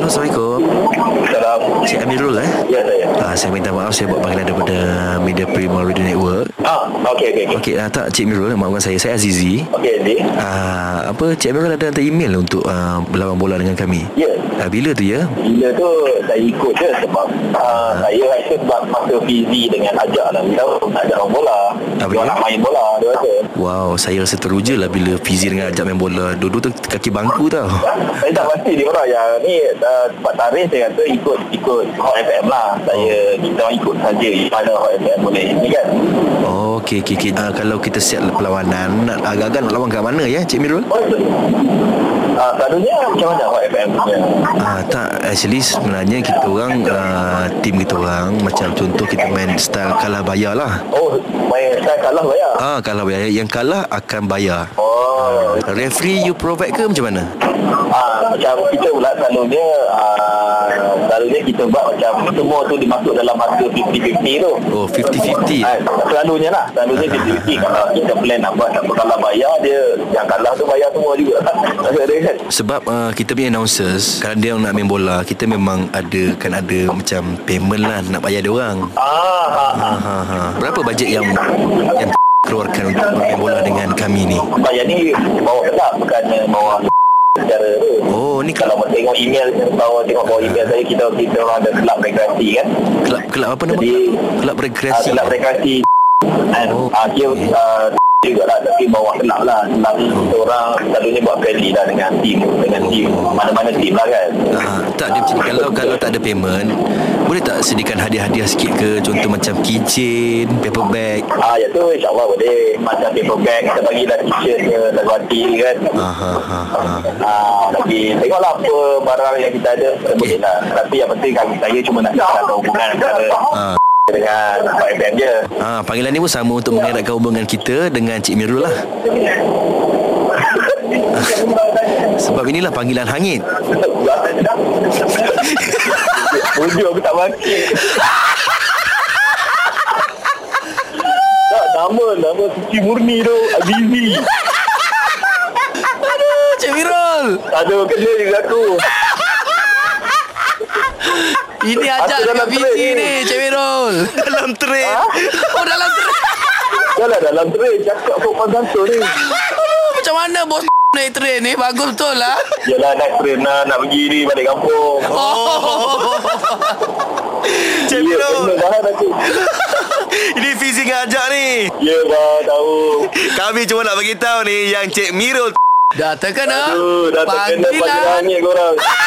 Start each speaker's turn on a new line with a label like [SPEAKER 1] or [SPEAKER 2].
[SPEAKER 1] Assalamualaikum
[SPEAKER 2] Salam.
[SPEAKER 1] Cik Amirul eh
[SPEAKER 2] Ya saya.
[SPEAKER 1] Ah, saya minta maaf saya buat panggilan daripada Media Prima Radio Network.
[SPEAKER 2] Ah, okey okey okey.
[SPEAKER 1] Okey, ah, tak Cik Mirul, maafkan saya. Saya Azizi.
[SPEAKER 2] Okey Andy.
[SPEAKER 1] Ah, apa Cik Mirul ada hantar email untuk ah, berlawan bola dengan kami?
[SPEAKER 2] Ya.
[SPEAKER 1] Ah, bila tu ya?
[SPEAKER 2] Gila tu saya ikut je sebab uh, saya rasa sebab masa Fizi dengan Ajak lah Dia ajak orang bola
[SPEAKER 1] Apa
[SPEAKER 2] Dia
[SPEAKER 1] dia?
[SPEAKER 2] nak main bola Dia rasa
[SPEAKER 1] Wow, saya rasa teruja lah bila Fizi dengan ajak main bola. Dua-dua tu kaki bangku tau.
[SPEAKER 2] Ah, Saya tak pasti dia orang yang ni uh, Sebab tarikh saya kata ikut ikut Hot FM lah Saya kita orang ikut saja Mana Hot FM boleh ni kan
[SPEAKER 1] Oh, okey, okey, okey. Ah, kalau kita set perlawanan, nak agak-agak nak lawan kat mana ya, Cik Mirul?
[SPEAKER 2] Oh, tu. Ah, Selalunya macam mana Hot FM punya
[SPEAKER 1] Ah tak actually sebenarnya kita orang ah, tim kita orang macam contoh kita main style kalah bayar lah.
[SPEAKER 2] Oh main saya kalah lah bayar
[SPEAKER 1] Ah kalah bayar yang kalah akan bayar.
[SPEAKER 2] Oh
[SPEAKER 1] Referee you provide ke macam mana?
[SPEAKER 2] Ah, macam kita pula selalunya ah, selalunya kita buat macam semua tu dimasuk dalam harga 50-50 tu
[SPEAKER 1] Oh 50-50.
[SPEAKER 2] Ah, selalunya lah selalunya 50-50 kalau kita plan nak buat siapa kalah bayar dia yang kalah tu bayar semua juga Maksud dia kan
[SPEAKER 1] Sebab uh, kita punya announcers Kalau dia nak main bola Kita memang ada Kan ada macam Payment lah Nak bayar dia orang
[SPEAKER 2] ah, ah, ah.
[SPEAKER 1] ha, ha, ha. Berapa bajet yang Yang keluarkan Untuk main bola dengan kami ni
[SPEAKER 2] bayar ni bawa kedap bukan eh, bawa secara tu
[SPEAKER 1] Oh ni
[SPEAKER 2] kalau
[SPEAKER 1] kelab
[SPEAKER 2] mau tengok email bawa tengok bawa email saya kita kita orang ada kelab rekreasi kan
[SPEAKER 1] Kelab, kelab apa nama?
[SPEAKER 2] Jadi,
[SPEAKER 1] Kelab
[SPEAKER 2] Ah,
[SPEAKER 1] rekreasi
[SPEAKER 2] kelab rekreasi kan
[SPEAKER 1] Oh.
[SPEAKER 2] ah, dia ah, juga lah tapi bawah kelab lah sebab kita orang selalunya buat friendly lah dengan team dengan team mana-mana team lah kan
[SPEAKER 1] Ah, tak dia macam kalau kalau tak ada payment boleh tak sediakan hadiah-hadiah sikit ke contoh macam keychain, paper bag.
[SPEAKER 2] ah, ya tu insyaAllah boleh macam paper bag kita bagilah t-shirt ke lagu hati kan
[SPEAKER 1] Ah, ha, ha, ha.
[SPEAKER 2] ah, tapi tengoklah apa barang yang kita ada kita boleh lah tapi yang penting kami saya cuma nak ada hubungan antara
[SPEAKER 1] Ah.
[SPEAKER 2] dengan Pak FM je
[SPEAKER 1] Ah, panggilan ni pun sama untuk mengeratkan hubungan kita dengan Cik Mirul lah. Sebab inilah panggilan hangit.
[SPEAKER 2] Wujud aku tak mati Tak, nama Nama suci murni tu Azizi
[SPEAKER 1] Cik Mirul,
[SPEAKER 2] Ada kena juga aku
[SPEAKER 1] ini
[SPEAKER 2] ajak Aku dalam dekat train. busy ni,
[SPEAKER 1] Cik Mirul. Dalam train. Oh, dalam train.
[SPEAKER 2] Dah lah dalam train Cakap kau pandang tu ni
[SPEAKER 1] Macam mana bos naik train ni? Bagus betul lah.
[SPEAKER 2] Yalah naik train lah Nak pergi ni balik kampung
[SPEAKER 1] Oh. Cik
[SPEAKER 2] Ya kena bahan aku
[SPEAKER 1] ini Fizi ngajak ni.
[SPEAKER 2] Ya bah tahu
[SPEAKER 1] Kami cuma nak bagi tahu ni yang Cik Mirul
[SPEAKER 3] Dah terkena
[SPEAKER 2] Tu dah terkena pada
[SPEAKER 3] panggilan
[SPEAKER 2] langit korang